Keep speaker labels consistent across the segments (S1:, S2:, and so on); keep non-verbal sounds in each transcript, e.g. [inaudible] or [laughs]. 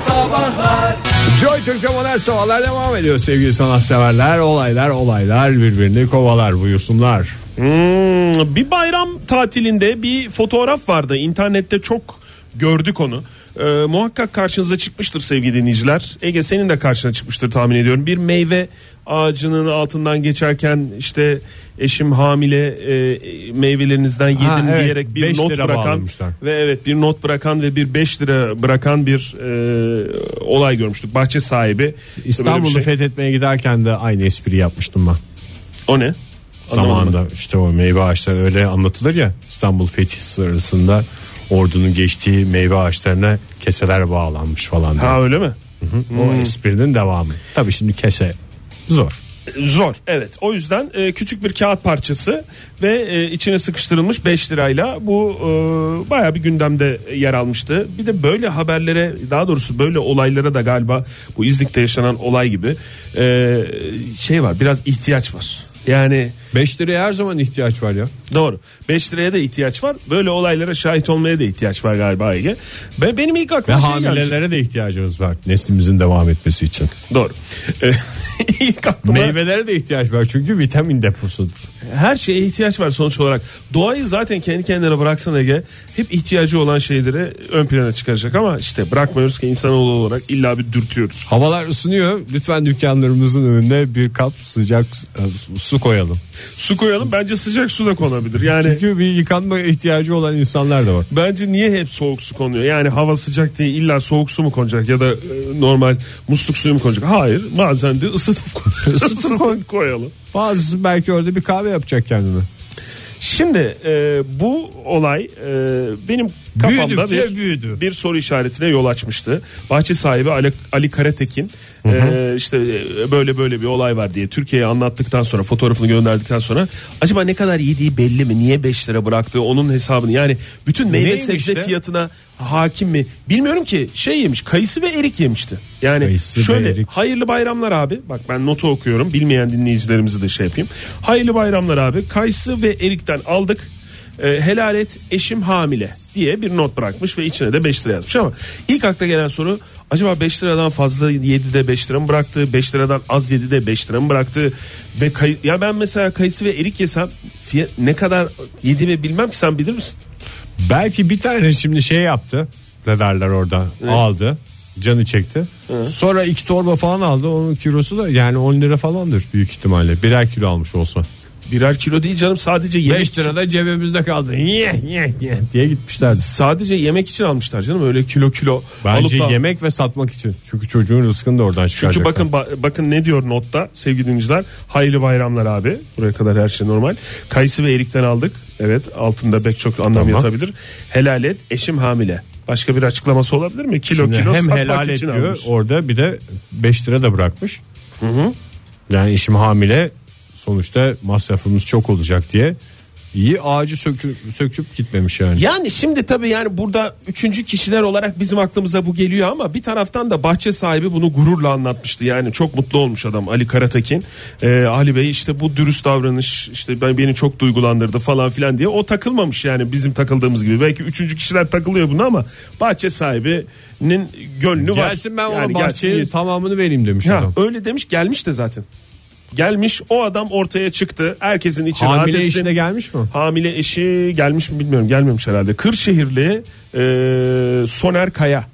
S1: Sabahlar
S2: Joy Türk'te modern sabahlar devam ediyor sevgili sanatseverler. Olaylar olaylar birbirini kovalar buyursunlar.
S3: Hmm, bir bayram tatilinde bir fotoğraf vardı. İnternette çok gördük onu. Ee, muhakkak karşınıza çıkmıştır sevgili dinleyiciler. Ege senin de karşına çıkmıştır tahmin ediyorum. Bir meyve ağacının altından geçerken işte eşim hamile e, e, meyvelerinizden yedim
S2: Ha, evet,
S3: diyerek bir
S2: beş
S3: not
S2: lira
S3: bırakan
S2: bağlamışlar.
S3: ve evet bir not bırakan ve bir 5 lira bırakan bir e, olay görmüştük. Bahçe sahibi böyle bir
S2: İstanbul'u
S3: şey.
S2: fethetmeye giderken de aynı espri yapmıştım ben.
S3: o ne? Anlamadım.
S2: Zamanında işte o meyve ağaçları öyle anlatılır ya İstanbul fethi sırasında ordunun geçtiği meyve ağaçlarına keseler bağlanmış falan. diye.
S3: Ha öyle mi?
S2: O esprinin devamı. Tabii şimdi kese zor.
S3: Zor evet o yüzden e, küçük bir kağıt parçası ve e, içine sıkıştırılmış 5 lirayla bu e, baya bir gündemde yer almıştı. Bir de böyle haberlere daha doğrusu böyle olaylara da galiba bu İznik'te yaşanan olay gibi e, şey var biraz ihtiyaç var. Yani
S2: 5 liraya her zaman ihtiyaç var ya.
S3: Doğru. 5 liraya da ihtiyaç var. Böyle olaylara şahit olmaya da ihtiyaç var galiba Ege. Ben, benim ilk
S2: Ve
S3: aklıma şey geldi.
S2: hamilelere de ihtiyacımız var neslimizin devam etmesi için.
S3: Doğru. E, [laughs] ilk aklıma...
S2: Meyvelere de ihtiyaç var çünkü vitamin deposudur.
S3: Her şeye ihtiyaç var sonuç olarak. Doğayı zaten kendi kendine bıraksan Ege hep ihtiyacı olan şeyleri ön plana çıkaracak ama işte bırakmıyoruz ki insanoğlu olarak illa bir dürtüyoruz.
S2: Havalar ısınıyor. Lütfen dükkanlarımızın önüne bir kap sıcak e, su- su koyalım.
S3: Su koyalım bence sıcak su da konabilir. Yani
S2: Çünkü bir yıkanma ihtiyacı olan insanlar da var.
S3: bence niye hep soğuk su konuyor? Yani hava sıcak diye illa soğuk su mu konacak ya da e, normal musluk suyu mu konacak? Hayır bazen de ısıtıp, koy- ısıtıp koyalım.
S2: Bazısı belki orada bir kahve yapacak kendine.
S3: Şimdi e, bu olay e, benim kafamda
S2: Büyüdükçe
S3: bir,
S2: büyüdü.
S3: bir soru işaretine yol açmıştı. Bahçe sahibi Ali, Ali Karatekin e, işte e, böyle böyle bir olay var diye Türkiye'ye anlattıktan sonra fotoğrafını gönderdikten sonra acaba ne kadar yediği belli mi? Niye 5 lira bıraktığı onun hesabını yani bütün meyve
S2: Neymiş
S3: sebze
S2: de?
S3: fiyatına hakim mi? Bilmiyorum ki şey yemiş kayısı ve erik yemişti. Yani
S2: Kayısı ve
S3: E, şöyle
S2: erik.
S3: Hayırlı bayramlar abi. Bak ben notu okuyorum. Bilmeyen dinleyicilerimizi de şey yapayım. Hayırlı bayramlar abi. Kayısı ve erikten aldık. Ee, helal et eşim hamile diye bir not bırakmış ve içine de 5 lira yazmış ama ilk akla gelen soru acaba 5 liradan fazla yedi de 5 lira mı bıraktı 5 liradan az yedi de 5 lira mı bıraktı ve kay- ya ben mesela kayısı ve erik yesem fiyat- ne kadar yediğimi bilmem ki sen bilir misin?
S2: Belki bir tane şimdi şey yaptı. Ne derler orada aldı. Canı çekti. Sonra iki torba falan aldı. Onun kilosu da yani 10 lira falandır büyük ihtimalle. Birer kilo almış olsa.
S3: Birer kilo değil canım sadece yemek
S2: 5
S3: için-
S2: lira da cebimizde kaldı. Ye, ye, ye diye gitmişlerdi.
S3: sadece yemek için almışlar canım öyle kilo kilo
S2: Bence
S3: da-
S2: yemek ve satmak için. Çünkü çocuğun rızkını da oradan çıkaracaklar.
S3: Çünkü bakın ba- bakın ne diyor notta sevgili dinleyiciler. Hayırlı bayramlar abi. Buraya kadar her şey normal. Kayısı ve erikten aldık. Evet altında pek çok anlam
S2: Tamam.
S3: yatabilir. Helal et eşim hamile. Başka bir açıklaması olabilir mi? Kilo
S2: Şimdi
S3: kilo
S2: hem
S3: satmak
S2: helal
S3: için
S2: ediyor
S3: almış.
S2: orada bir de 5 lira da bırakmış. Yani işim hamile sonuçta masrafımız çok olacak diye iyi ağacı söküp, söküp gitmemiş yani.
S3: Yani şimdi tabii yani burada üçüncü kişiler olarak bizim aklımıza bu geliyor ama bir taraftan da bahçe sahibi bunu gururla anlatmıştı. Yani çok mutlu olmuş adam Ali Karatekin. Ee, Ali Bey işte bu dürüst davranış işte ben beni çok duygulandırdı falan filan diye. O takılmamış yani bizim takıldığımız gibi. Belki üçüncü kişiler takılıyor buna ama bahçe sahibinin gönlü var.
S2: Gelsin ben
S3: Yani
S2: ona
S3: gelsin
S2: bahçeyi
S3: yesin.
S2: tamamını vereyim demiş
S3: Ha,
S2: adam.
S3: öyle demiş gelmiş de zaten. Gelmiş o adam ortaya çıktı. Herkesin içi rahat
S2: Hamile
S3: etsin.
S2: işine gelmiş mi?
S3: Hamile eşi gelmiş mi bilmiyorum gelmemiş herhalde. Kırşehirli e, Soner Kaya.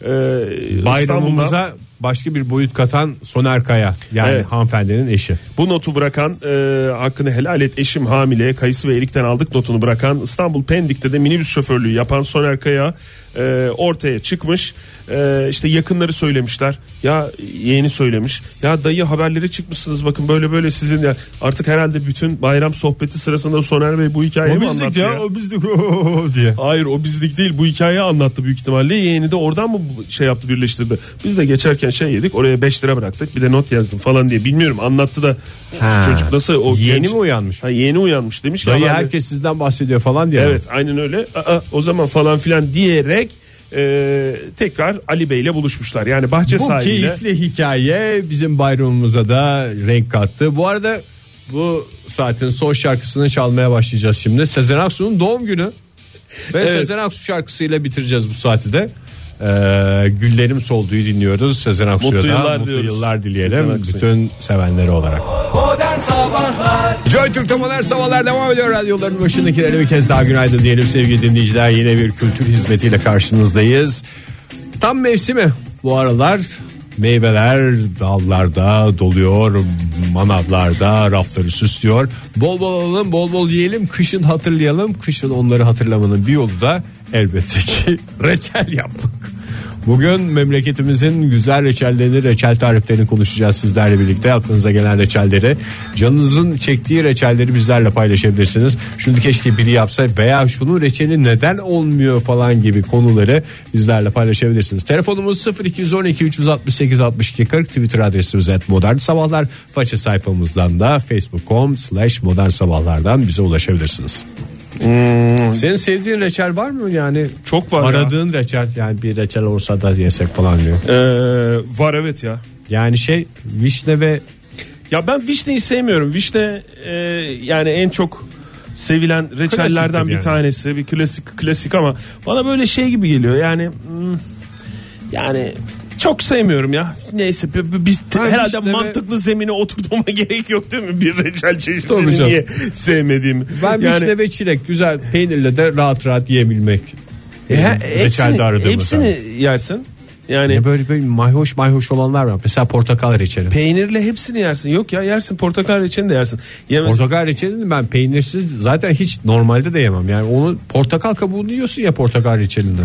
S3: E, İstanbul'dan
S2: Bayramımıza başka bir boyut katan Soner Kaya yani
S3: Evet.
S2: hanımefendinin eşi.
S3: bu notu bırakan e, hakkını helal et eşim hamile kayısı ve erikten aldık notunu bırakan İstanbul Pendik'te de minibüs şoförlüğü yapan Soner Kaya e, ortaya çıkmış. E, işte yakınları söylemişler. Ya yeğeni söylemiş. Ya dayı haberleri çıkmışsınız bakın böyle böyle sizin ya artık herhalde bütün bayram sohbeti sırasında Soner Bey bu hikayeyi mi anlattı ya?
S2: o bizdik [laughs] diye.
S3: Hayır o bizlik değil bu hikayeyi anlattı büyük ihtimalle yeğeni de oradan mı bu şey yaptı birleştirdi biz de geçerken şey yedik oraya 5 lira bıraktık bir de not yazdım falan diye bilmiyorum anlattı da
S2: Ha.
S3: çocuk nasıl o
S2: Yeni
S3: genç-
S2: mi uyanmış?
S3: ha, yeni uyanmış demiş ki
S2: Dayı
S3: "Aman be."
S2: herkes sizden bahsediyor falan diye.
S3: evet aynen öyle Aa, o zaman falan filan diyerek e, tekrar Ali Bey ile buluşmuşlar yani bahçe
S2: Bu
S3: sahibiyle
S2: keyifli hikaye bizim bayramımıza da renk kattı. Bu arada bu saatin son şarkısını çalmaya başlayacağız şimdi. Sezen Aksu'nun doğum günü. Ve
S3: Evet.
S2: Sezen Aksu şarkısıyla bitireceğiz bu saati de. Ee, güllerim solduyu dinliyoruz. Sezen Aksu'ya
S3: Mutlu
S2: da
S3: yıllar
S2: mutlu
S3: diyoruz.
S2: yıllar
S3: Sezen
S2: dileyelim
S3: Aksu'ya.
S2: bütün sevenleri olarak.
S1: Modern Sabahlar
S2: Joy Türk'te modern sabahlar devam ediyor. Radyoların başındakilere bir kez daha günaydın diyelim sevgili dinleyiciler. Yine bir kültür hizmetiyle karşınızdayız. Tam mevsimi bu aralar meyveler dallarda doluyor, manavlarda rafları süslüyor. Bol bol alalım, bol bol yiyelim, kışın hatırlayalım. Kışın onları hatırlamanın bir yolu da elbette ki [laughs] reçel yapmak. Bugün memleketimizin güzel reçellerini, reçel tariflerini konuşacağız sizlerle birlikte. Aklınıza gelen reçelleri, canınızın çektiği reçelleri bizlerle paylaşabilirsiniz. Şimdi keşke biri yapsa veya şunun reçeli neden olmuyor falan gibi konuları bizlerle paylaşabilirsiniz. Telefonumuz 0212 368 62 40 Twitter adresimiz @modernsabahlar. modern sabahlar. Faça sayfamızdan da facebook.com slash modern sabahlardan bize ulaşabilirsiniz. Senin sevdiğin reçel var mı yani?
S3: Çok var ya.
S2: Aradığın reçel yani bir reçel olsa da yesek falan diyor.
S3: Ee, var evet ya.
S2: Yani şey vişne ve
S3: Ya ben vişneyi sevmiyorum. Vişne e, yani en çok sevilen reçellerden
S2: Klasiktir
S3: bir
S2: yani.
S3: tanesi. Bir klasik klasik ama bana böyle şey gibi geliyor. Yani hmm, yani çok sevmiyorum ya. Neyse b- b- biz
S2: Ben
S3: herhalde
S2: vişneme-
S3: mantıklı zemine oturtmama [laughs] gerek yok değil mi? Bir reçel
S2: Tabii
S3: çeşidini
S2: canım.
S3: niye sevmediğimi.
S2: ben
S3: Yani-
S2: vişne ve çilek güzel peynirle de rahat rahat yiyebilmek. Ee,
S3: E,
S2: Benim
S3: he- hepsini,
S2: reçelde aradığım
S3: hepsini
S2: mesela.
S3: yersin. Yani
S2: Ya böyle böyle mayhoş mayhoş olanlar var. Mesela portakal reçeli.
S3: peynirle hepsini yersin. Yok ya yersin portakal reçelini de yersin. Yemez.
S2: Portakal reçelini ben peynirsiz zaten hiç normalde de yemem. Yani onu portakal kabuğunu yiyorsun ya portakal reçelinde.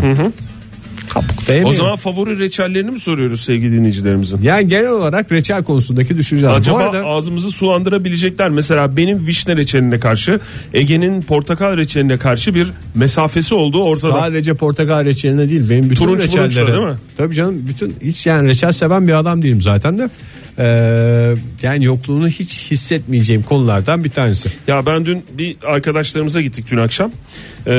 S2: Kabuk da
S3: o
S2: yemiyorum.
S3: zaman favori reçellerini mi soruyoruz sevgili dinleyicilerimizin?
S2: yani genel olarak reçel konusundaki düşünceler.
S3: Acaba
S2: Bu arada
S3: ağzımızı sulandırabilecekler. Mesela benim vişne reçeline karşı Ege'nin portakal reçeline karşı bir mesafesi olduğu ortada.
S2: Sadece portakal reçeline değil benim bütün
S3: Turunç
S2: reçellere.
S3: burunçla değil mi?
S2: Tabii canım bütün hiç yani reçel seven bir adam değilim zaten de. Ee, yani yokluğunu hiç hissetmeyeceğim konulardan bir tanesi.
S3: Ya ben dün bir arkadaşlarımıza gittik dün akşam. Ee,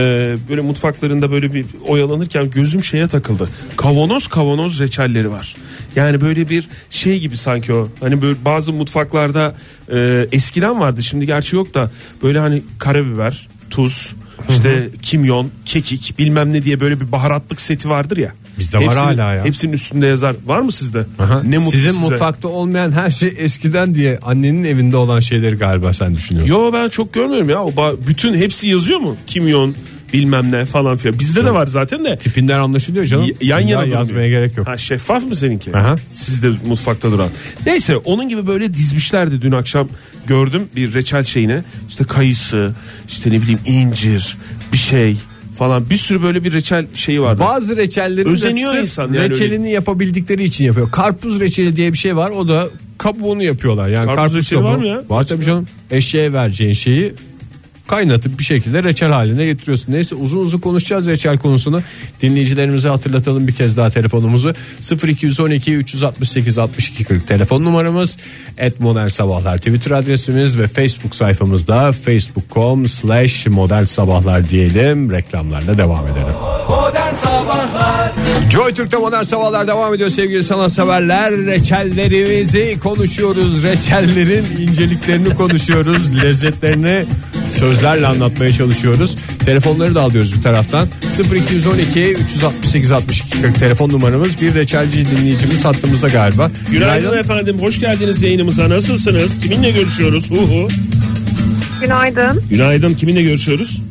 S3: böyle mutfaklarında böyle bir oyalanırken gözüm şeye takıldı. Kavanoz kavanoz reçelleri var. Yani böyle bir şey gibi sanki o. Hani böyle bazı mutfaklarda e, eskiden vardı şimdi gerçi yok da böyle hani karabiber, tuz, işte kimyon, kekik bilmem ne diye böyle bir baharatlık seti vardır ya.
S2: Bizde var
S3: Hepsinin-
S2: hala ya.
S3: Hepsinin üstünde yazar. Var mı sizde?
S2: Aha.
S3: Ne mutlu
S2: Sizin
S3: size.
S2: mutfakta olmayan her şey eskiden diye annenin evinde olan şeyleri galiba sen düşünüyorsun.
S3: Yo ben çok görmüyorum ya. O ba- bütün hepsi yazıyor mu? Kimyon bilmem ne falan filan. Bizde de var zaten de.
S2: Tipinden anlaşılıyor canım.
S3: Y- Yan
S2: İlla
S3: yana durmuyor.
S2: yazmaya gerek yok.
S3: Ha, şeffaf mı seninki?
S2: Aha.
S3: Sizde mutfakta duran. Neyse onun gibi böyle dizmişlerdi dün akşam gördüm bir reçel şeyine. İşte kayısı, işte ne bileyim incir, bir şey falan bir sürü böyle bir reçel şeyi vardı.
S2: Bazı reçellerin
S3: Özeniyor
S2: de sırf
S3: insan yani
S2: reçelini yapabildikleri için yapıyor. Karpuz reçeli diye bir şey var. O da kabuğunu yapıyorlar. Yani
S3: Karpuz
S2: karpuz,
S3: reçeli var
S2: kabuğu,
S3: mı ya?
S2: Var tabii canım. Eşeğe vereceğin şeyi kaynatıp bir şekilde reçel haline getiriyorsun. Neyse uzun uzun konuşacağız reçel konusunu. Dinleyicilerimize hatırlatalım bir kez daha telefonumuzu. 0212 368 62 40 telefon numaramız. Et Modern Sabahlar Twitter adresimiz ve Facebook sayfamızda facebook.com slash modern sabahlar diyelim. Reklamlarla devam edelim.
S1: Modern Sabahlar
S2: Joy Türk'te modern sabahlar devam ediyor sevgili sanatseverler. Reçellerimizi konuşuyoruz. Reçellerin inceliklerini konuşuyoruz. Lezzetlerini sözlerle anlatmaya çalışıyoruz. Telefonları da alıyoruz bir taraftan. 0212 368 62 40 telefon numaramız. Bir reçelci dinleyicimiz hattımızda galiba.
S3: Günaydın, efendim hoş geldiniz yayınımıza nasılsınız kiminle görüşüyoruz hu hu.
S4: Günaydın.
S3: Günaydın kiminle görüşüyoruz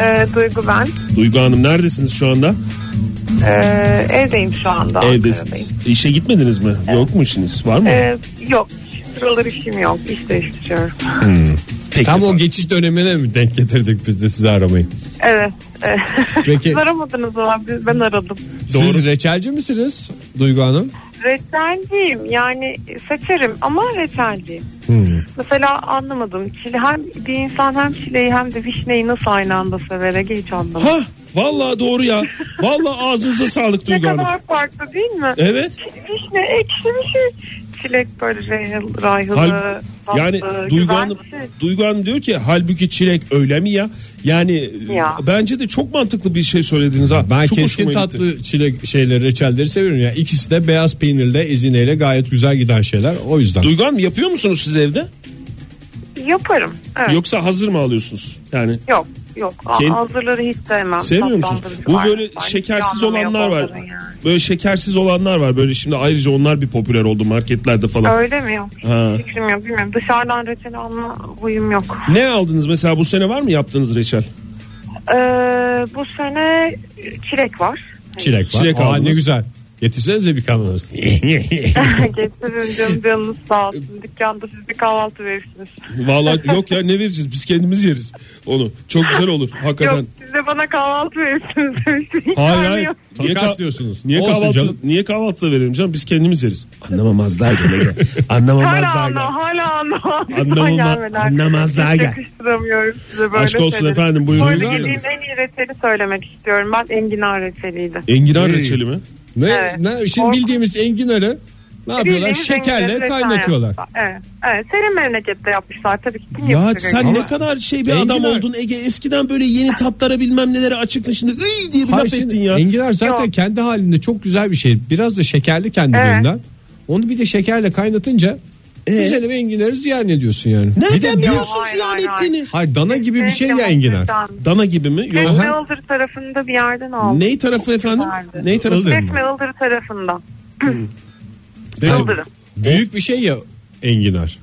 S4: Ee, Duygu ben.
S3: Duygu Hanım neredesiniz şu anda
S4: Ee, evdeyim şu anda.
S3: Evdesiniz.
S4: Ankara'dayım.
S3: İşe gitmediniz mi? Yok mu işiniz? Var mı?
S4: Ee, yok. Sıralar işim yok. İş değiştiriyorum.
S3: Tek
S2: Tam
S3: defa.
S2: o geçiş dönemine mi denk getirdik biz de sizi aramayı?
S4: Evet. e,
S2: Peki.
S4: Siz aramadınız ama biz- ben aradım.
S2: Siz reçelci misiniz Duygu Hanım?
S4: Reçelciyim yani seçerim ama reçelciyim.
S3: Hmm.
S4: Mesela anlamadım. Çile, hem bir insan hem çileği hem de vişneyi nasıl aynı anda sever Ege hiç anlamadım.
S3: Ha, vallahi doğru ya. Vallahi ağzınıza sağlık
S4: ne
S3: Duygu Hanım.
S4: kadar farklı değil mi?
S3: Evet.
S4: Vişne ekşi bir şey. Çilek böyle rayhıl, rayhılı,
S3: Hal-
S4: tatlı,
S3: yani Duygu
S4: güzel
S3: Hanım,
S4: bir şey.
S3: Duygu Hanım diyor ki halbuki çilek öyle mi ya? Yani
S4: Ya.
S3: bence de çok mantıklı bir şey söylediniz ha.
S2: Ben
S3: çok
S2: keskin
S3: hoşuma gitti.
S2: tatlı çilek şeyleri reçelleri seviyorum ya. İkisi de beyaz peynirle ezineyle gayet güzel giden şeyler. O yüzden.
S3: Duygu Hanım yapıyor musunuz siz evde?
S5: Yaparım. Evet. Yok.
S4: Yoksa hazır mı alıyorsunuz? Yani
S5: Yok. Yok. A-
S4: Kend-
S5: Hazırları hiç sevmem.
S4: sevmiyor musunuz?
S5: Tatlandırıcı
S4: Bu
S5: var.
S4: böyle
S5: Ben
S4: şekersiz
S5: hiçbir anlamı yok
S4: olanlar var.
S5: onların yani.
S4: Böyle şekersiz olanlar var. Böyle şimdi ayrıca onlar bir popüler oldu marketlerde falan.
S5: Öyle mi? Yok.
S4: Ha.
S5: Hiç fikrim yok. Bilmiyorum. Dışarıdan reçel alma huyum yok.
S4: Ne aldınız mesela bu sene var mı yaptığınız reçel?
S5: Ee, bu sene çilek var. [laughs]
S2: Çilek var.
S4: Çilek
S2: Aa,
S4: aldınız.
S2: ne güzel. Getirsenize bir kavanoz.
S5: Getirin canım canınız sağ olsun. Dükkanda siz bir kahvaltı verirsiniz.
S4: Vallahi yok ya ne vereceğiz biz kendimiz yeriz onu. Çok güzel olur hakikaten.
S5: Yok siz de bana kahvaltı verirsiniz demiştim. Hiç
S4: Hayır
S5: vermiyor.
S4: hayır. Niye,
S2: Takas
S4: ka-
S2: diyorsunuz.
S4: niye
S2: Olsun
S4: kahvaltı
S2: canım.
S4: niye kahvaltıda verelim canım biz kendimiz yeriz.
S3: Anlamamazlar gene.
S5: Hala
S3: Anlamamazlar gene.
S5: anla, hala anla. [laughs]
S4: Anlamama-
S3: anlamazlar
S5: Hiç
S3: gel.
S5: yakıştıramıyorum size böyle
S4: Aşk olsun
S5: şeyleri.
S4: efendim, buyurun.
S5: Bu arada
S4: Buyurun.
S5: yediğim en iyi reçeli söylemek istiyorum. Ben enginar reçeliydi.
S4: Enginar
S2: Hey.
S4: reçeli mi?
S2: Ne,
S5: Evet.
S2: ne, şimdi
S5: Kork-
S2: bildiğimiz enginarı ne yapıyorlar?
S5: Bildiğiniz enginar
S2: Şekerle
S5: reçel
S2: kaynatıyorlar.
S5: yaptılar. Evet, evet. Serin memlekette yapmışlar tabii ki. Kim
S4: Ya
S5: yapacak
S4: sen
S5: öyle?
S4: ne kadar şey bir
S2: Enginar-
S4: adam oldun Ege. Eskiden böyle yeni tatlara bilmem nelere açıktın şimdi ıy diye bir
S2: Hayır,
S4: laf
S2: şimdi
S4: ettin ya.
S2: Enginar zaten
S5: Yok.
S2: kendi halinde çok güzel bir şey. Biraz da şekerli kendiliğinden. Onu bir de şekerle kaynatınca güzel bir enginarı ziyan ediyorsun yani. bir de
S4: Ee? Nereden
S2: büyük-
S4: biliyorsun
S5: Hayır,
S4: ziyan
S5: hayır,
S4: ettiğini?
S2: Hayır dana gibi bir şey ya
S5: Kesinlikle
S2: enginar.
S5: muhteşem.
S4: Dana gibi mi? Yok.
S5: Kesme Iğdır tarafında bir yerden aldım.
S4: Ney tarafı efendim?
S5: Vardı.
S4: Ney tarafı?
S2: Iğdır.
S5: Kesme Iğdır tarafından.
S2: Peki,
S5: Yıldırım.
S2: büyük bir şey ya enginar.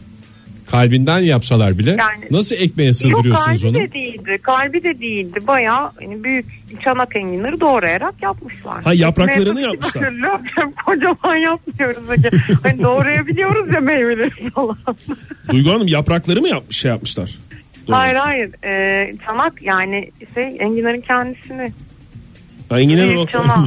S2: Kalbinden yapsalar bile
S5: Yani-
S2: nasıl ekmeğe
S5: Yok
S2: sığdırıyorsunuz
S5: kalbi
S2: onu?
S5: de değildi. Kalbi de değildi. Bayağı hani büyük çanak enginleri doğrayarak yapmışlar.
S4: Ha, yapraklarını
S5: Mevcut gibi
S4: yapmışlar.
S5: türlü yapıyorum. Kocaman yapmıyoruz. Ege. hani doğrayabiliyoruz ya meyveleri falan.
S4: Duygu Hanım yaprakları mı yapmış şey yapmışlar?
S5: Hayır hayır. Ee, çanak yani şey enginlerin kendisini.
S4: Ha, enginar o.
S5: Büyük çanak.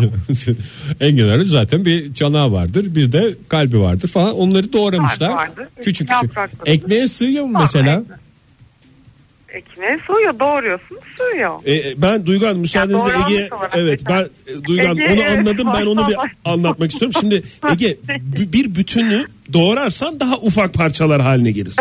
S2: Enginar'ın zaten bir çanağı vardır, bir de kalbi vardır falan. Onları doğramışlar.
S5: Kalp vardır,
S2: Küçük küçük.
S5: yaprakları.
S2: Ekmeğe sığıyor mu mesela?
S5: Ekmeğe E, soyuyor. Doğruyorsun soyuyor.
S4: [laughs] E, e, ben Duygu Hanım müsaadenizle
S5: Ya, doğranmış
S4: Ege'ye
S5: olarak
S4: evet ben
S5: geçen.
S4: e, Duygu Hanım
S5: Ege,
S4: onu
S5: evet,
S4: anladım ben
S5: [laughs]
S4: onu bir anlatmak istiyorum. Şimdi Ege b- bir bütünü doğrarsan daha ufak parçalar haline gelir.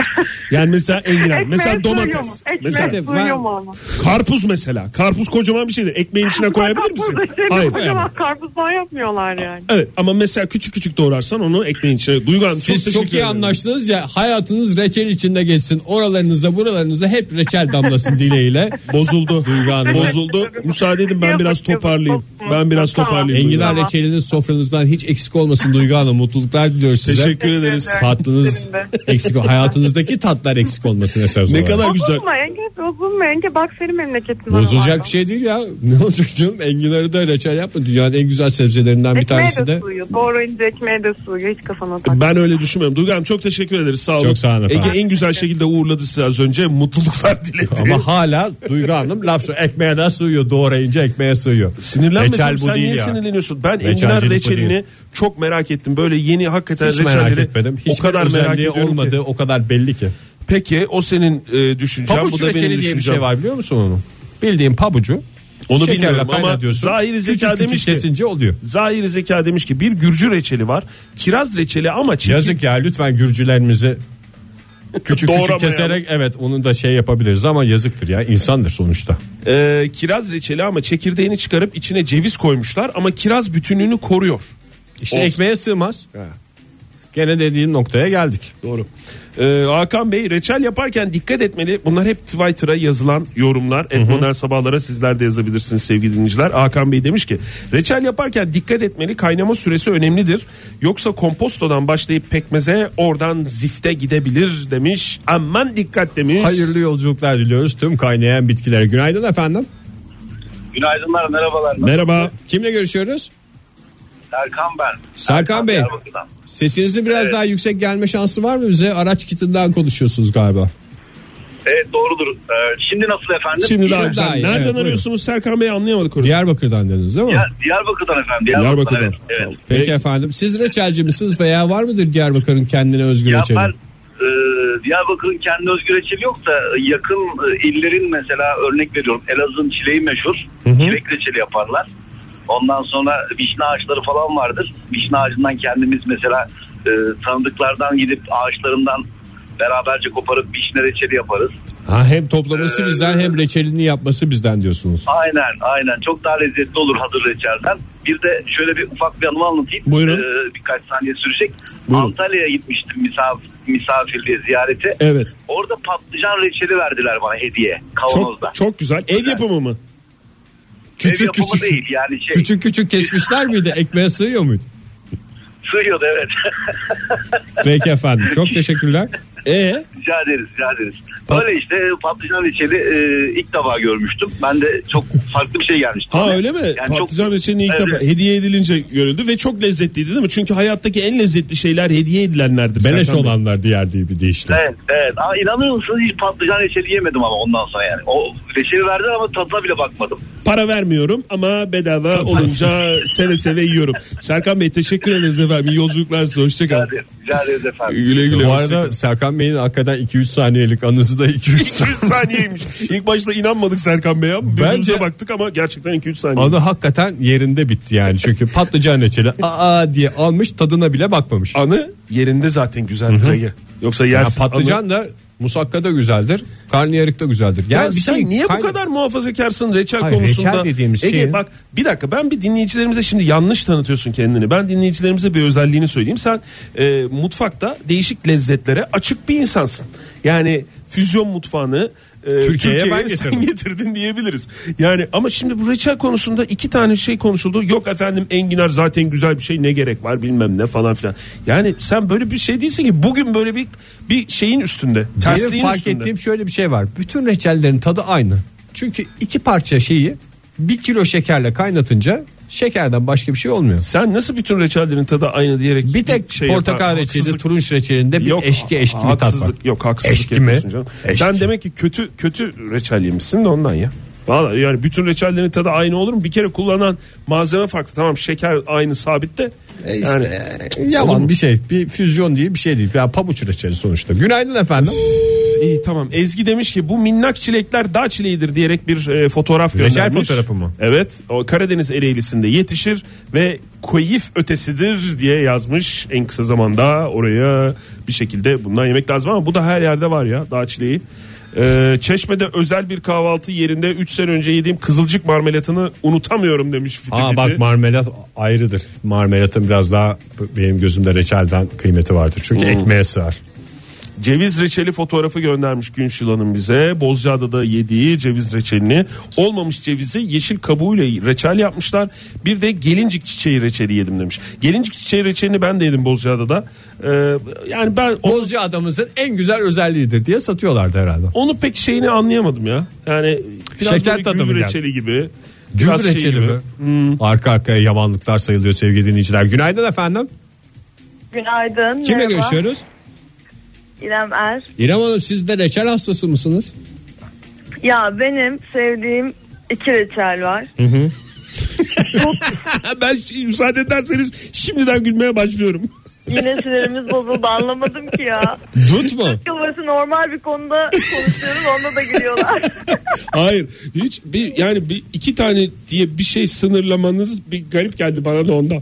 S4: Yani mesela enginar,
S5: Ekmeğe
S4: mesela
S5: sığıyor mu?
S4: domates,
S5: Ekmeğe
S4: mesela
S2: Evet,
S5: sığıyor
S2: ben-
S5: mu ama?
S4: karpuz mesela. Karpuz kocaman bir şeydir. Ekmeğin içine koyabilir misin?
S5: Karpuzda şey
S4: Hayır.
S5: yok. Kocaman karpuzdan yapmıyorlar yani.
S4: Evet ama mesela küçük küçük doğrarsan onu ekmeğin içine. Duygu Hanım
S2: Siz çok,
S4: teşekkür
S2: iyi
S4: ederim.
S2: anlaştınız ya hayatınız reçel içinde geçsin. Oralarınıza buralarınıza hep reçel damlasın
S5: [laughs]
S2: dileğiyle. Bozuldu. Duygu Hanım.
S4: Bozuldu. Müsaade edin ben biraz toparlayayım. Ben biraz
S5: Tamam.
S4: toparlayayım. Duygu
S2: Enginar
S4: Hanım.
S5: Tamam.
S2: reçeliniz sofranızdan hiç eksik olmasın Duygu Hanım. Mutluluklar diliyoruz size.
S4: Teşekkür ederiz.
S2: Tatlınız
S5: Benim de.
S2: eksik hayatınızdaki tatlar eksik olmasın esas
S4: Ne
S2: olarak.
S4: kadar güzel.
S5: Bozulma Enge, bozulma Enge. Bak senin memleketin.
S2: Bozulacak bir şey değil ya. Ne olacak canım? Enginarı da reçel yapma. Dünyanın en güzel sebzelerinden bir tanesi
S5: Ekmeğe de
S2: de.
S5: suyu. Doğrayınca ekmeğe de suyu. Hiç kafana tak.
S4: Ben öyle düşünmüyorum. Duygu Hanım çok teşekkür ederiz. Sağ olun.
S2: Çok sağ olun efendim.
S4: Ege en güzel şekilde uğurladı sizi az önce. Mutluluklar diledi.
S2: Ama hala Duygu Hanım laf söylüyor. Ekmeğe de sığıyor. Doğrayınca ekmeğe sığıyor.
S4: Sinirlenme
S2: Reçel
S4: canım,
S2: bu
S4: sen
S2: değil
S4: niye
S2: ya.
S4: sinirleniyorsun? Ben
S2: Reçelcilik
S4: enginar
S2: bu
S4: reçelini
S2: değil.
S4: çok merak ettim. Böyle yeni hakikaten
S2: Hiç
S4: reçelleri
S2: merak etmedim. Hiç
S4: o kadar merak
S2: özelliği
S4: ediyorum
S2: olmadı.
S4: Ki.
S2: O kadar belli ki.
S4: Peki o senin e, düşüncen bu
S2: Pabuç
S4: da benim
S2: reçeli diye bir
S4: düşüncem.
S2: şey var biliyor musun onu? Bildiğin pabucu.
S4: Onu
S2: şekerle
S4: bilmiyorum ama
S2: kaynatıyorsun.
S4: zahiri zeka
S2: küçük
S4: demiş
S2: küçük
S4: ki-
S2: kesince oluyor.
S4: Zahir Zeka demiş ki bir Gürcü reçeli var. Kiraz reçeli ama çirkin.
S2: Yazık ya lütfen Gürcülerimizi küçük
S4: Doğramayalım.
S2: küçük keserek evet onu da şey yapabiliriz ama yazıktır ya insandır sonuçta.
S4: E, kiraz reçeli ama çekirdeğini çıkarıp içine ceviz koymuşlar ama kiraz bütünlüğünü koruyor.
S2: İşte
S4: Olsun.
S2: ekmeğe sığmaz. Gene dediğin noktaya geldik.
S4: Doğru. Ee, Hakan Bey reçel yaparken dikkat etmeli. Bunlar hep Twitter'a yazılan yorumlar. Et modern sabahlara sizler de yazabilirsiniz sevgili dinleyiciler. Hakan Bey demiş ki reçel yaparken dikkat etmeli. Kaynama süresi önemlidir. Yoksa kompostodan başlayıp pekmeze oradan zifte gidebilir demiş. Aman dikkat demiş.
S2: Hayırlı yolculuklar diliyoruz tüm kaynayan bitkilere. Günaydın efendim.
S6: Günaydınlar, merhabalar.
S4: Merhaba.
S2: Kimle görüşüyoruz?
S6: Serkan ben.
S2: Serkan Bey.
S6: Diyarbakır'dan.
S2: Sesinizi biraz
S6: Evet.
S2: daha yüksek gelme şansı var mı bize? Araç kitinden konuşuyorsunuz galiba.
S6: Evet doğrudur. Ee, şimdi nasıl efendim?
S4: Şimdi daha
S2: Şimdi
S4: güzel.
S2: daha iyi.
S4: Nereden
S2: Evet, buyurun.
S4: arıyorsunuz Serkan Bey anlayamadık orası.
S2: Diyarbakır'dan dediniz değil mi?
S6: Ya, Diyarbakır'dan efendim.
S4: Diyarbakır'dan.
S6: Diyarbakır'dan. Evet. evet.
S2: Peki efendim. Siz reçelci misiniz veya var mıdır Diyarbakır'ın kendine özgü
S6: Ya
S2: reçeli?
S6: ben e, Diyarbakır'ın kendi özgür reçeli yok da yakın e, illerin mesela örnek veriyorum Elazığ'ın çileği meşhur. Çilek reçeli yaparlar. Ondan sonra vişne ağaçları falan vardır. Vişne ağacından kendimiz mesela e, tanıdıklardan gidip ağaçlarından beraberce koparıp vişne reçeli yaparız.
S2: Ha, hem toplaması
S6: Ee,
S2: bizden hem reçelini yapması bizden diyorsunuz.
S6: Aynen aynen çok daha lezzetli olur hazır reçelden. Bir de şöyle bir ufak bir anımı anlatayım.
S4: Buyurun.
S6: Ee, birkaç saniye sürecek.
S4: Buyurun.
S6: Antalya'ya gitmiştim misafir, misafirliğe ziyarete.
S4: Evet.
S6: Orada patlıcan reçeli verdiler bana hediye
S4: Çok,
S6: kavanozda.
S4: çok güzel. Ev yapımı mı?
S6: Ev yapımı değil yani şey.
S2: Küçük küçük kesmişler miydi? Ekmeğe sığıyor muydu?
S6: Sığıyordu evet. [laughs]
S2: Peki efendim. Çok teşekkürler.
S4: E
S6: rica ederiz rica ederiz. Öyle işte patlıcan reçeli e, ilk defa görmüştüm. Ben de çok farklı bir şey gelmişti.
S4: ha
S6: bana.
S4: öyle mi?
S6: Yani çok-
S4: Patlıcan reçelini ilk
S6: Evet,
S4: defa hediye edilince görüldü ve çok lezzetliydi değil mi? Çünkü hayattaki en lezzetli şeyler hediye edilenlerdir.
S2: Beleş
S4: Serkan Bey.
S2: olanlar diğer diye bir değişti.
S6: Evet evet. Aa, inanır mısınız hiç patlıcan reçeli yemedim ama ondan sonra yani. O reçeli verdiler ama tadına bile bakmadım.
S4: Para vermiyorum ama bedava olunca [laughs] seve seve yiyorum. Serkan Bey teşekkür ederiz efendim. İyi yolculuklar size.
S6: Rica
S4: Hoşçakalın.
S6: ederiz, rica ederiz efendim.
S4: Güle güle.
S2: Bu [laughs] arada Serkan Bey'in hakikaten 2-3 saniyelik anısı da 2-3 saniye.
S4: 200 saniyeymiş. İlk başta inanmadık Serkan Bey'e. Bence
S2: Bence-
S4: baktık ama gerçekten 2-3 saniye.
S2: Anı hakikaten yerinde bitti yani. Çünkü patlıcan reçeli aa diye almış tadına bile bakmamış.
S4: Anı yerinde zaten güzeldir. Ege. Yoksa
S2: Ya
S4: yersiz anı-
S2: patlıcan da musakka da güzeldir. Karnıyarık da güzeldir. Yani
S4: Ya
S2: bir
S4: sen
S2: şey
S4: niye bu
S2: kayna-
S4: kadar muhafazakarsın reçel
S2: Hayır,
S4: konusunda?
S2: reçel dediğimiz şey-
S4: Ege,
S2: şeyin-
S4: bak bir dakika ben bir dinleyicilerimize şimdi yanlış tanıtıyorsun kendini. Ben dinleyicilerimize bir özelliğini söyleyeyim. Sen e, mutfakta değişik lezzetlere açık bir insansın. Yani füzyon mutfağını e, Türkiye'ye,
S2: ben
S4: sen
S2: getirdim.
S4: getirdin diyebiliriz. Yani ama şimdi bu reçel konusunda iki tane şey konuşuldu. Yok efendim enginar zaten güzel bir şey ne gerek var bilmem ne falan filan. Yani sen böyle bir şey değilsin ki bugün böyle bir bir şeyin üstünde.
S2: Benim
S4: Tersliğin
S2: fark
S4: üstünde.
S2: ettiğim şöyle bir şey var. Bütün reçellerin tadı aynı. Çünkü iki parça şeyi bir kilo şekerle kaynatınca şekerden başka bir şey olmuyor.
S4: Sen nasıl bütün reçellerin tadı aynı diyerek şey
S2: Bir tek portakal reçeli,
S4: turuncu
S2: turunç reçelinde bir eşki eşki bir tat var.
S4: haksızlık, Yok haksızlık
S2: Eşki
S4: yapıyorsun
S2: mi?
S4: canım.
S2: Eşki.
S4: Sen demek ki kötü kötü reçel yemişsin de ondan ya. Valla yani bütün reçellerin tadı aynı olur mu? Bir kere kullanan malzeme farklı. Tamam şeker aynı sabit de.
S2: E işte,
S4: Yani
S2: Yalan bir şey. Bir füzyon değil bir şey değil. Ya pabuç reçeli sonuçta. Günaydın efendim.
S4: iyi tamam. Ee, Ezgi demiş ki bu minnak çilekler dağ çileğidir diyerek bir e, fotoğraf
S2: Reçel
S4: göndermiş.
S2: fotoğrafı mı?
S4: Evet. O Karadeniz Ereğlisi'nde yetişir ve koyif ötesidir diye yazmış. En kısa zamanda oraya bir şekilde bundan yemek lazım ama bu da her yerde var ya dağ çileği. Ee, Çeşme'de özel bir kahvaltı yerinde 3 sene önce yediğim kızılcık marmelatını unutamıyorum demiş Fiti
S2: Aa
S4: Fiti.
S2: bak marmelat ayrıdır. Marmelatın biraz daha benim gözümde reçelden kıymeti vardır. Çünkü
S4: Hmm.
S2: ekmeğe sığar.
S4: Ceviz reçeli fotoğrafı göndermiş Günşil Hanım bize. Bozcaada'da yediği ceviz reçelini. Olmamış cevizi yeşil kabuğuyla reçel yapmışlar. Bir de gelincik çiçeği reçeli yedim demiş. Gelincik çiçeği reçelini ben de yedim Bozcaada'da. Ee, yani ben o-
S2: Bozca adamımızın en güzel özelliğidir diye satıyorlardı herhalde.
S4: onu pek şeyini anlayamadım ya. Yani biraz
S2: Şeker
S4: böyle
S2: tadı
S4: gül
S2: mı geldi?
S4: reçeli gibi.
S2: Gül
S4: Biraz şey
S2: reçeli
S4: gibi. Hmm.
S2: mi? Arka arkaya yamanlıklar sayılıyor sevgili dinleyiciler. Günaydın efendim.
S5: Günaydın.
S2: Kimle
S5: merhaba.
S2: görüşüyoruz?
S5: İrem Er.
S2: İrem Hanım siz de reçel hastası mısınız?
S5: Ya benim sevdiğim iki reçel var.
S4: ben şey- müsaade ederseniz şimdiden gülmeye başlıyorum.
S2: [laughs]
S5: Yine sinirimiz bozuldu anlamadım ki ya.
S2: Dut mu?
S5: Kılması normal bir konuda konuşuyoruz onda da gülüyorlar.
S4: Hayır hiç bir yani bir iki tane diye bir şey sınırlamanız bir garip geldi bana da ondan.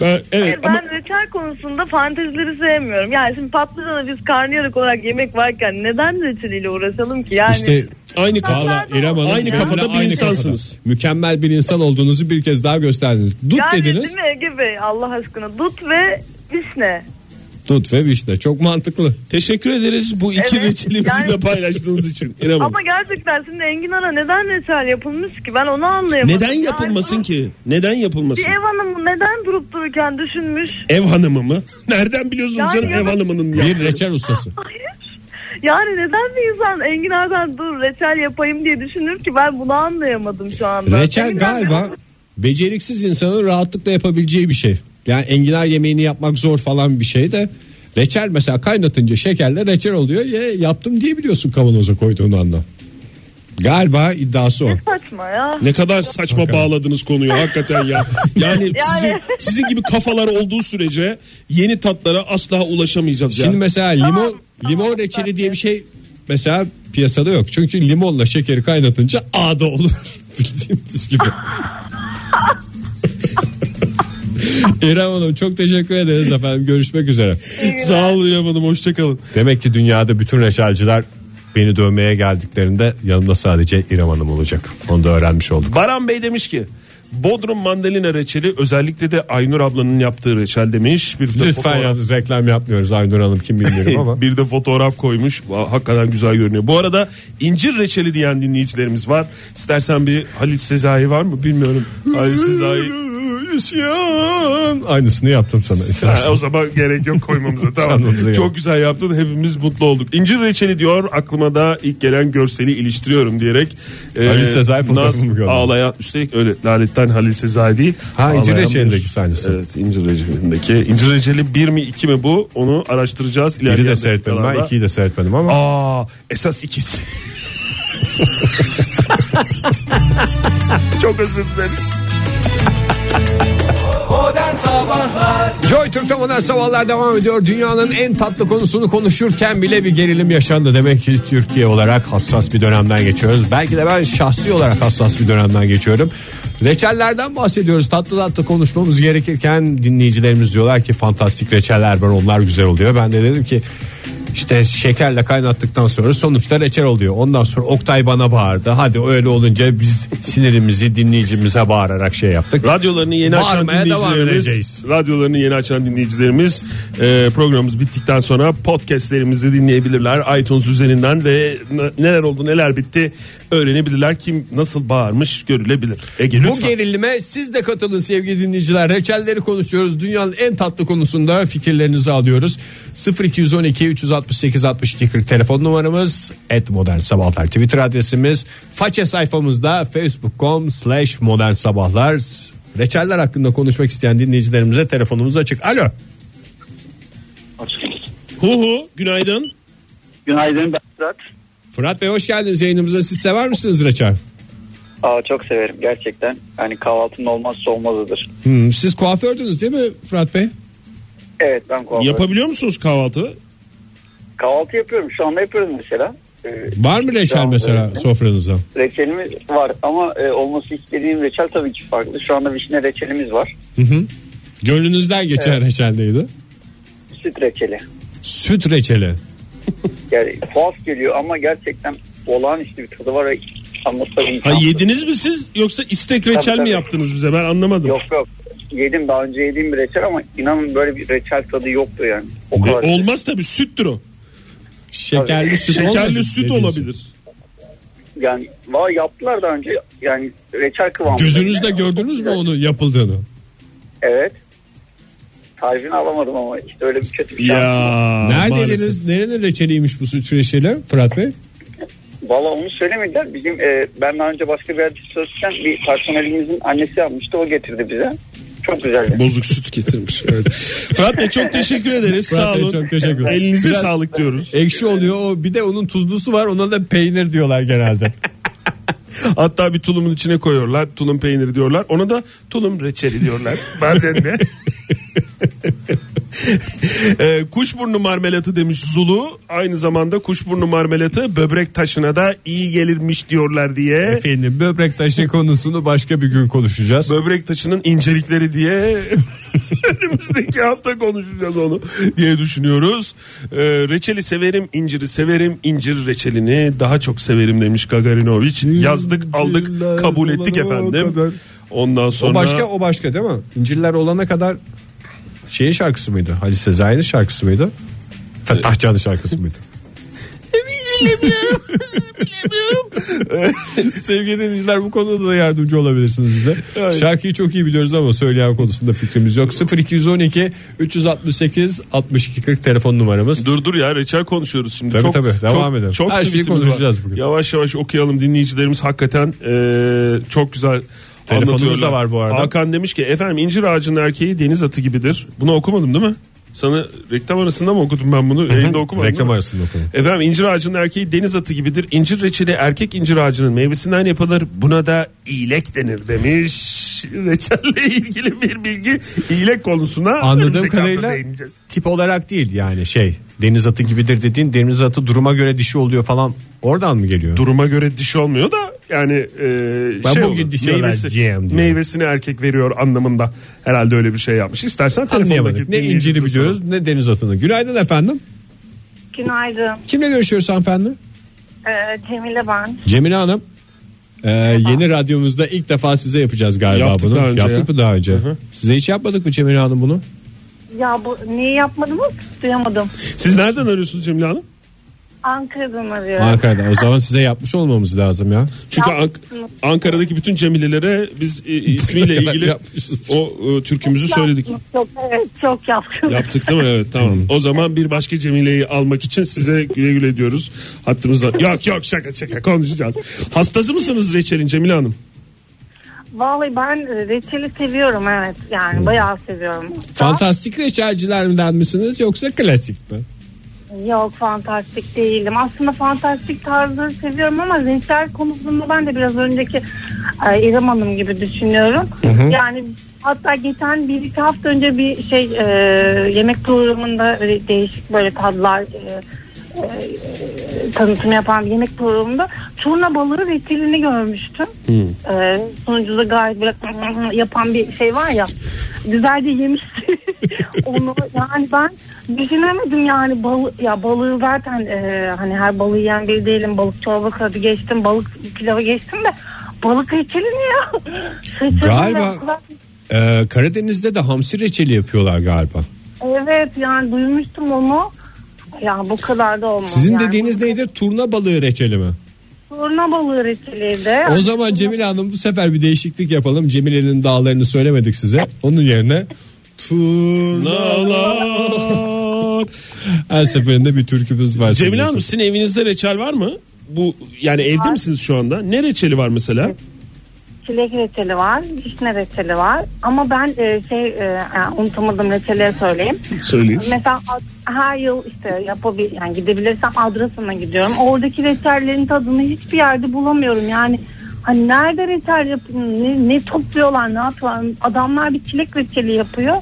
S4: Ben, evet
S5: Hayır,
S4: ama
S5: Ben reçel konusunda fantezileri sevmiyorum. Yani şimdi patlıcanı biz karnıyarık olarak yemek varken neden reçeliyle uğraşalım ki? Yani
S2: İşte
S4: aynı
S2: Valla
S4: kafa.
S5: Vallahi
S2: İrem Hanım
S4: Aynı
S2: birbirine
S4: kafada
S5: şey
S4: bir insansınız.
S2: Mükemmel bir insan olduğunuzu bir kez daha gösterdiniz. Dut
S5: yani
S2: dediniz.
S5: değil mi Ege Bey Allah aşkına dut ve vişne.
S2: Dut ve vişne çok mantıklı.
S4: Teşekkür ederiz bu iki
S5: Evet,
S4: reçeli bizimle
S5: yani-
S4: paylaştığınız için. İrem Hanım.
S5: Ama gerçekten şimdi enginara neden reçel yapılmış ki? Ben onu anlayamadım.
S4: Neden
S5: Yani
S4: yapılmasın
S5: bunu-
S4: ki? Neden yapılmasın?
S5: Bir ev hanımı neden durup dururken düşünmüş?
S4: Ev hanımı mı? [laughs] Nereden biliyorsunuz
S5: Yani
S4: canım ev
S5: ya da-
S4: hanımının? diye?
S2: Bir reçel ustası.
S5: Hayır. Yani neden bir insan enginardan dur reçel yapayım diye düşünür ki ben bunu anlayamadım şu anda.
S2: Reçel
S5: Enginar-
S2: galiba beceriksiz insanın rahatlıkla yapabileceği bir şey. Yani enginar yemeğini yapmak zor falan bir şey de reçel mesela kaynatınca şekerle reçel oluyor. Ye, yaptım diyebiliyorsun kavanoza koyduğun anda. Galiba iddiası o.
S5: Saçma ya.
S4: Ne kadar saçma bağladınız konuyu
S5: [laughs]
S4: hakikaten ya. Yani, sizin, sizin gibi kafalar olduğu sürece yeni tatlara asla ulaşamayacağız
S2: Şimdi
S4: ya.
S2: mesela limon limon reçeli diye bir şey mesela piyasada yok. Çünkü limonla şekeri kaynatınca A'da olur. [laughs] Bildiğimiz gibi. İrem Hanım çok teşekkür ederiz efendim. Görüşmek üzere.
S7: [laughs]
S4: Sağ olun İrem Hanım hoşçakalın.
S2: Demek ki dünyada bütün reçelciler beni dövmeye geldiklerinde yanımda sadece İrem Hanım olacak. Onu da öğrenmiş olduk.
S4: Baran Bey demiş ki
S3: Bodrum mandalina reçeli özellikle de Aynur ablanın yaptığı reçel demiş. Bir de
S2: Lütfen
S3: fotoğraf-
S2: yalnız reklam yapmıyoruz Aynur Hanım kim bilmiyorum ama.
S3: bir de fotoğraf koymuş. Va- Hakikaten güzel görünüyor. Bu arada incir reçeli diyen dinleyicilerimiz var. İstersen bir Halil Sezai var mı bilmiyorum. Halil Sezai.
S2: Hüsyan. Aynısını yaptım sana.
S3: Ha,
S2: istersen.
S3: o zaman gerek yok
S2: [laughs]
S3: koymamıza tamam.
S2: Canınıza
S3: Çok
S2: yok.
S3: güzel yaptın hepimiz mutlu olduk. İncir reçeli diyor aklıma da ilk gelen görseli iliştiriyorum diyerek. e,
S2: Halil Sezai fotoğrafını
S3: Naz
S2: mı gördün?
S3: Ağlayan üstelik öyle laletten Halil Sezai değil.
S2: Ha, incir
S3: Ağlayan bir-
S2: reçelindeki sahnesi.
S3: Evet incir reçelindeki. İncir reçeli bir mi iki mi bu onu araştıracağız.
S2: Biri
S3: ilerleyen
S2: de seyretmedim ben
S3: dakikalarda.
S2: ikiyi de seyretmedim ama.
S3: Aa
S2: [laughs]
S3: esas ikisi. Çok özür dileriz.
S1: Modern Sabahlar
S2: Joy Türk'te modern sabahlar devam ediyor. Dünyanın en tatlı konusunu konuşurken bile bir gerilim yaşandı. Demek ki Türkiye olarak hassas bir dönemden geçiyoruz. Belki de ben şahsi olarak hassas bir dönemden geçiyorum. Reçellerden bahsediyoruz. Tatlı tatlı konuşmamız gerekirken dinleyicilerimiz diyorlar ki fantastik reçeller var onlar güzel oluyor. Ben de dedim ki işte şekerle kaynattıktan sonra sonuçta reçel oluyor. Ondan sonra Oktay bana bağırdı. Hadi öyle olunca biz sinirimizi dinleyicimize bağırarak şey yaptık.
S3: Radyolarını yeni açan
S2: Bağırmaya devam
S3: dinleyicilerimiz,
S2: edeceğiz.
S3: radyolarını yeni açan dinleyicilerimiz e, programımız bittikten sonra podcastlerimizi dinleyebilirler. iTunes üzerinden ve n- neler oldu neler bitti öğrenebilirler. Kim nasıl bağırmış görülebilir. Ege
S2: Bu
S3: lütfen.
S2: gerilime siz de katılın sevgili dinleyiciler. Reçelleri konuşuyoruz. Dünyanın en tatlı konusunda fikirlerinizi alıyoruz. 0212 368 62 40 telefon numaramız. Et Modern Sabahlar Twitter adresimiz. Façe sayfamızda facebook.com slash modern sabahlar. Reçeller hakkında konuşmak isteyen dinleyicilerimize telefonumuz açık. Alo.
S3: [laughs] Hu hu günaydın.
S7: Günaydın ben Fırat.
S2: Fırat Bey hoş geldiniz yayınımıza. Siz sever misiniz reçel?
S7: Aa, çok severim gerçekten. Hani kahvaltının olmazsa olmazıdır.
S2: Hmm, siz kuafördünüz değil mi Fırat Bey?
S7: Evet ben kahvaltı.
S3: Yapabiliyor musunuz kahvaltı?
S7: kahvaltı yapıyorum. Şu anda yapıyoruz mesela. Ee,
S2: Var mı reçel
S7: Tamam,
S2: mesela
S7: evet.
S2: sofranızda?
S7: reçelimiz var ama e, olması istediğim reçel tabii ki farklı. Şu anda vişne reçelimiz var.
S2: Gönlünüzden geçen reçel neydi?
S7: Süt reçeli.
S2: Süt reçeli.
S7: Yani tuhaf geliyor ama gerçekten olağanüstü bir tadı var. Anlatsam
S3: Ha, yediniz mi siz yoksa istek reçel mi
S7: tabii.
S3: yaptınız bize ben anlamadım.
S7: Yok yok. Yedim daha önce yediğim bir reçel ama inanın böyle bir reçel tadı yoktu yani. O
S3: E,
S7: kadar.
S3: Olmaz tabii süttür o.
S2: Şekerli süt
S3: Şekerli
S2: olmasın
S3: süt
S2: dediğiniz.
S3: olabilir.
S7: Yani valla yaptılar daha önce yani reçel kıvamında.
S2: Gözünüzle gördünüz mü onu yapıldığını?
S7: Evet. Tarifini alamadım ama işte öyle bir kötü bir şey.
S3: Ya maalesef.
S2: Neredeydiniz? Nerenin reçeliymiş bu süt reçeli Fırat Bey?
S7: Valla onu söylemediler. Bizim e, ben daha önce başka bir yerde çalışırken bir personelimizin annesi yapmıştı. O getirdi bize. Çok güzeldi.
S3: Bozuk
S2: [laughs]
S3: süt getirmiş. Evet. Fırat Bey çok teşekkür ederiz.
S2: Fırat
S3: Sağ
S2: Bey,
S3: olun.
S2: çok teşekkürler.
S3: Elinize
S2: Biraz-
S3: sağlık diyoruz.
S2: Ekşi oluyor. O bir de onun tuzlusu var. Ona da peynir diyorlar
S3: [laughs]
S2: genelde.
S3: Hatta bir tulumun içine koyuyorlar. Tulum peyniri diyorlar. Ona da tulum reçeli
S2: [laughs]
S3: diyorlar. Bazen [laughs] de. Ee, kuşburnu marmelatı demiş Zulu. Aynı zamanda kuşburnu marmelatı böbrek taşına da iyi gelirmiş diyorlar diye.
S2: Efendim böbrek taşı konusunu başka bir gün konuşacağız.
S3: Böbrek taşının incelikleri diye [laughs] önümüzdeki hafta konuşacağız onu diye düşünüyoruz. Ee, reçeli severim, inciri severim, incir reçelini daha çok severim demiş Gagarinovic. Yazdık, aldık, kabul ettik efendim. Ondan sonra
S2: O başka o başka değil mi? İncirler olana kadar şeyin şarkısı mıydı? Halis Sezai'nin şarkısı mıydı? Fettah Can'ın şarkısı mıydı? [laughs] Sevgili dinleyiciler bu konuda da yardımcı olabilirsiniz bize. Şarkıyı çok iyi biliyoruz ama söyleyen konusunda fikrimiz yok. 0212 368 62 40 telefon numaramız.
S3: Dur dur ya reçel konuşuyoruz şimdi.
S2: Tabii
S3: çok,
S2: tabii, devam
S3: çok,
S2: edelim.
S3: Çok
S2: Her şeyi
S3: tweetimiz
S2: konuşacağız
S3: var.
S2: bugün.
S3: Yavaş yavaş okuyalım dinleyicilerimiz hakikaten
S4: e,
S3: eee, çok güzel
S2: Telefonumuz
S3: anlatıyorlar.
S2: da var bu arada.
S3: Hakan demiş ki efendim incir ağacının erkeği deniz atı gibidir. Bunu okumadım değil mi? Sana reklam arasında mı okudum ben bunu? Yayında okumadım.
S2: Reklam
S3: değil mi?
S2: arasında okuyun.
S3: Efendim incir ağacının erkeği deniz atı gibidir. İncir reçeli erkek incir ağacının meyvesinden yapılır. Buna da iğlek denir demiş. Reçelle ilgili bir bilgi iğlek konusuna
S2: Anladığım
S3: önümüzdeki hafta
S2: kadarıyla
S3: değineceğiz.
S2: tip olarak değil yani şey deniz atı gibidir dediğin deniz atı duruma göre dişi oluyor falan oradan mı geliyor?
S3: duruma göre diş olmuyor da yani e,
S2: Ben
S3: şey
S2: bugün
S3: olur,
S2: dişe vereceğim diyor.
S3: meyvesini erkek veriyor anlamında herhalde öyle bir şey yapmış. İstersen telefondaki
S2: Anlayamadık. Ne inciri biliyoruz ne deniz atını. Günaydın efendim.
S5: Günaydın.
S2: Kimle görüşüyoruz hanımefendi?
S5: Ee, Cemile ben.
S2: Cemile Hanım. Ee, yeni radyomuzda ilk defa size yapacağız galiba
S4: Yaptık
S2: bunu.
S4: daha önce
S2: Yaptık
S4: ya.
S2: mı daha önce? Size hiç yapmadık mı Cemile Hanım bunu?
S5: Ya bu niye yapmadınız? Duyamadım.
S4: Siz nereden arıyorsunuz Cemile Hanım?
S5: Ankara'dan arıyorum.
S2: Ankara'da. O zaman size yapmış olmamız lazım ya.
S4: Çünkü Ank- Ankara'daki bütün Cemile'lere biz
S2: [laughs]
S4: e, ismiyle
S2: Ne kadar
S4: ilgili
S2: yapmışızdır.
S4: o e, türkümüzü söyledik.
S5: Çok, evet çok yaptım.
S4: Yaptık değil mi? Evet tamam. O zaman bir başka Cemile'yi almak için size güle güle diyoruz. Hattımızda. Yok yok şaka şaka konuşacağız. Hastası mısınız reçelin Cemile Hanım?
S5: Vallahi ben e, reçeli seviyorum evet. Yani bayağı seviyorum.
S2: Fantastik reçelcilerden misiniz yoksa klasik mi?
S5: Yok fantastik değilim. Aslında fantastik tarzları seviyorum ama zincirler konusunda ben de biraz önceki e, İrem Hanım gibi düşünüyorum. Yani hatta geçen bir iki hafta önce bir şey e, yemek programında böyle değişik böyle tadlar e, e, e, tanıtım yapan bir yemek programında turna balığı reçelini görmüştüm. E, sunucuda gayet böyle yapan bir şey var ya.
S2: [laughs]
S5: Güzelce yemişti. Onu yani ben düşünemedim yani balı, ya balığı zaten e, hani her balığı yiyen biri değilim. Balık çorba kadı geçtim. Balık pilavı geçtim de balık reçelini ya. [laughs] Şaşırdım
S2: Galiba-
S5: ben.
S2: Ee, Karadeniz'de de hamsi reçeli yapıyorlar galiba.
S5: Evet yani duymuştum onu. Ya bu kadar da olmaz.
S2: Sizin
S5: yani.
S2: dediğiniz neydi? Turna balığı reçeli mi?
S5: Turna balığı reçeliydi.
S2: O zaman Cemile Hanım bu sefer bir değişiklik yapalım. Cemile'nin dağlarını söylemedik size. Onun yerine turnalar. Her seferinde bir türkümüz var.
S4: Cemile Hanım
S2: Sizin
S4: sizin evinizde reçel var mı? Bu yani evde misiniz şu anda? Ne reçeli var mesela?
S5: Çilek reçeli var, vişne reçeli var. Ama ben e, şey e, yani unutamadım reçeliye söyleyeyim.
S4: Söyleyin.
S5: Mesela ad- her yıl işte yapabil yani gidebilirsem Adrasan'a gidiyorum. Oradaki reçellerin tadını hiçbir yerde bulamıyorum. Yani hani nerede reçel yapın, ne, ne topluyorlar, ne yapıyorlar? Adamlar bir çilek reçeli yapıyor.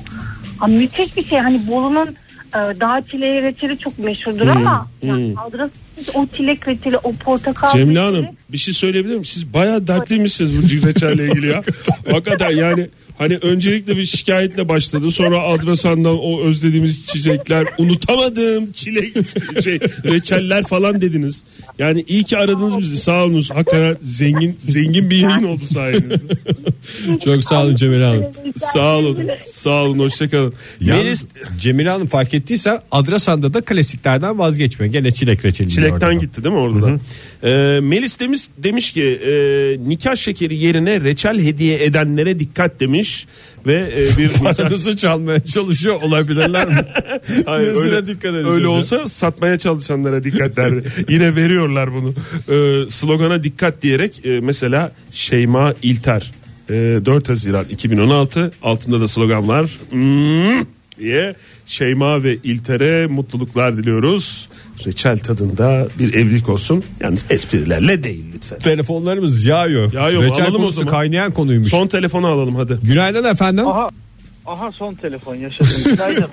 S5: Ha, müthiş bir şey. Hani Bolu'nun e, dağ çileği reçeli çok meşhurdur ama yani Adrasan'daki o çilek reçeli, o portakal
S4: Cemile
S5: reçeli-
S4: Hanım bir şey söyleyebilir miyim? Siz bayağı dertliymişsiniz bu reçelle ilgili ya. Hakikaten yani hani öncelikle bir şikayetle başladı. Sonra Adrasan'dan o özlediğimiz çiçekler unutamadım çilek şey reçeller falan dediniz. Yani iyi ki aradınız bizi sağ olunuz. Hakikaten zengin zengin bir yayın oldu sayenizde.
S2: Çok sağ olun Cemile Hanım.
S4: sağ olun. Sağ olun hoşçakalın.
S2: Yalnız
S4: Melis
S2: Cemile Hanım fark ettiyse Adrasan'da da klasiklerden vazgeçme. Gene çilek reçeli.
S4: Çilekten gitti değil mi orada da? Ee, Melis demiş, demiş ki e, nikah şekeri yerine reçel hediye edenlere dikkat demiş ve e, bir nikah
S2: Paranızı çalmaya çalışıyor olabilirler
S4: [laughs]
S2: mi?
S4: Hayır,
S2: Nesine
S4: öyle,
S2: dikkat edeceğiz
S4: öyle
S2: ya?
S4: olsa satmaya çalışanlara
S2: [laughs]
S4: dikkat derdi. Yine veriyorlar bunu. Ee, slogana dikkat diyerek e, mesela Şeyma İlter e, 4 Haziran 2016 altında da slogan var. Hmm, diye Şeyma ve İlter'e mutluluklar diliyoruz. Reçel tadında bir evlilik olsun. Yalnız esprilerle değil lütfen.
S2: Telefonlarımız yağıyor.
S4: Yağıyor,
S2: Reçel
S4: alalım o
S2: konusu
S4: zaman.
S2: kaynayan konuymuş.
S4: Son telefonu alalım hadi.
S2: Günaydın efendim.
S7: Aha, aha son telefon yaşadım. [laughs] Günaydın.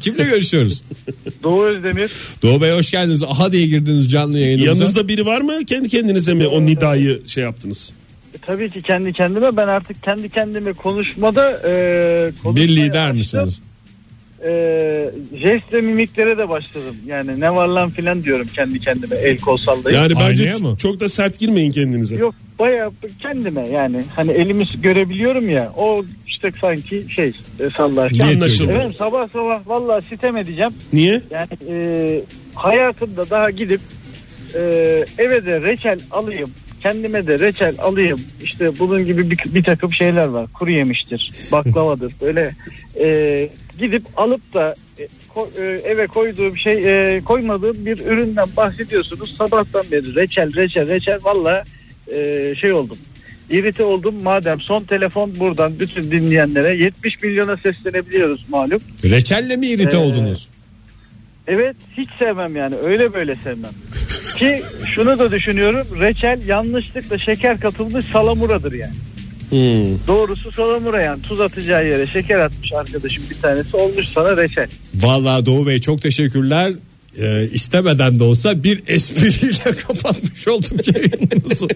S2: Kimle
S4: [laughs]
S2: görüşüyoruz?
S7: Doğu Özdemir.
S2: Doğu Bey hoş geldiniz. Aha diye girdiniz canlı yayınımıza.
S4: Yanınızda biri var mı? Kendi kendinize mi o nidayı şey yaptınız?
S7: E, Tabii ki kendi kendime ben artık kendi kendime konuşmada e, konuşmaya
S2: bir lider
S7: başladım.
S2: misiniz?
S7: E, jest ve mimiklere de başladım. Yani ne var lan filan diyorum kendi kendime el kol sallayıp.
S4: Yani bence
S2: Aynaya mı?
S4: çok da sert girmeyin kendinize.
S7: Yok bayağı kendime yani hani elimi görebiliyorum ya o işte sanki şey e, sallarken.
S2: Niyet
S4: Anlaşıldı.
S2: yok.
S7: Efendim sabah sabah vallahi sitem edeceğim.
S4: Niye?
S7: Yani e, hayatımda daha gidip e, eve de reçel alayım, kendime de reçel alayım. İşte bunun gibi bir, bir takım şeyler var. Kuru yemiştir, baklavadır böyle. E, gidip alıp da e, ko- e, eve koyduğum şey, e, koymadığım bir üründen bahsediyorsunuz. Sabahtan beri reçel, reçel, reçel. Valla e, şey oldum. İrite oldum madem son telefon buradan bütün dinleyenlere 70 milyona seslenebiliyoruz malum.
S2: Reçelle mi irite
S7: Ee,
S2: oldunuz?
S7: Evet hiç sevmem yani öyle böyle sevmem. Ki şunu da düşünüyorum reçel yanlışlıkla şeker katılmış salamuradır yani. Doğrusu salamura yani tuz atacağı yere şeker atmış arkadaşım bir tanesi olmuş sana reçel.
S2: Vallahi Doğu Bey çok teşekkürler. Ee, istemeden de olsa bir espriyle [laughs] kapatmış oldum yayınımızı.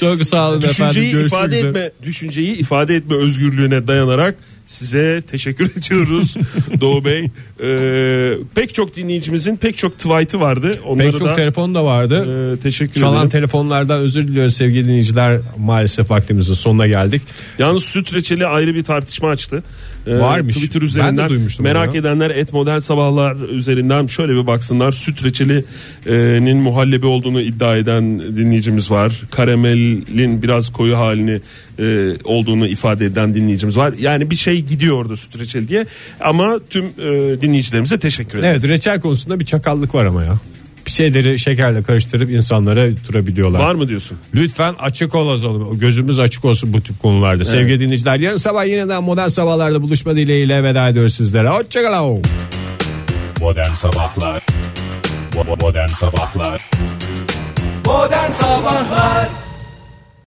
S2: çok sağ olun efendim.
S4: Düşünceyi
S2: Görüşmek
S4: ifade
S2: üzere.
S4: etme, düşünceyi ifade etme özgürlüğüne dayanarak Size teşekkür [laughs] ediyoruz Doğu Bey. Ee, pek çok dinleyicimizin pek çok tweet'i vardı. Onları
S2: Pek çok
S4: da
S2: telefon da vardı.
S4: e, teşekkür
S2: Çalan
S4: ederim.
S2: telefonlardan özür diliyoruz sevgili dinleyiciler. Maalesef vaktimizin sonuna geldik.
S4: Yalnız süt reçeli ayrı bir tartışma açtı. Ee,
S2: Varmış.
S4: Twitter
S2: Ben de
S4: üzerinden
S2: duymuştum
S4: merak
S2: onu ya.
S4: edenler et modern sabahlar üzerinden şöyle bir baksınlar. Süt reçelinin muhallebi olduğunu iddia eden dinleyicimiz var. Karamelin biraz koyu halini e, olduğunu ifade eden dinleyicimiz var. Yani bir şey gidiyor orada süt reçeli diye. Ama tüm e, dinleyicilerimize teşekkür ederim.
S2: Evet reçel konusunda bir çakallık var ama ya. Bir şeyleri şekerle karıştırıp insanlara yutturabiliyorlar.
S4: Var mı diyorsun?
S2: Lütfen açık olalım. Gözümüz açık olsun bu tip konularda. Sevgili dinleyiciler yarın sabah yeniden modern sabahlarda buluşma dileğiyle veda ediyoruz sizlere. Hoşçakalın.
S8: Modern Sabahlar Bo- Modern Sabahlar
S1: Modern Sabahlar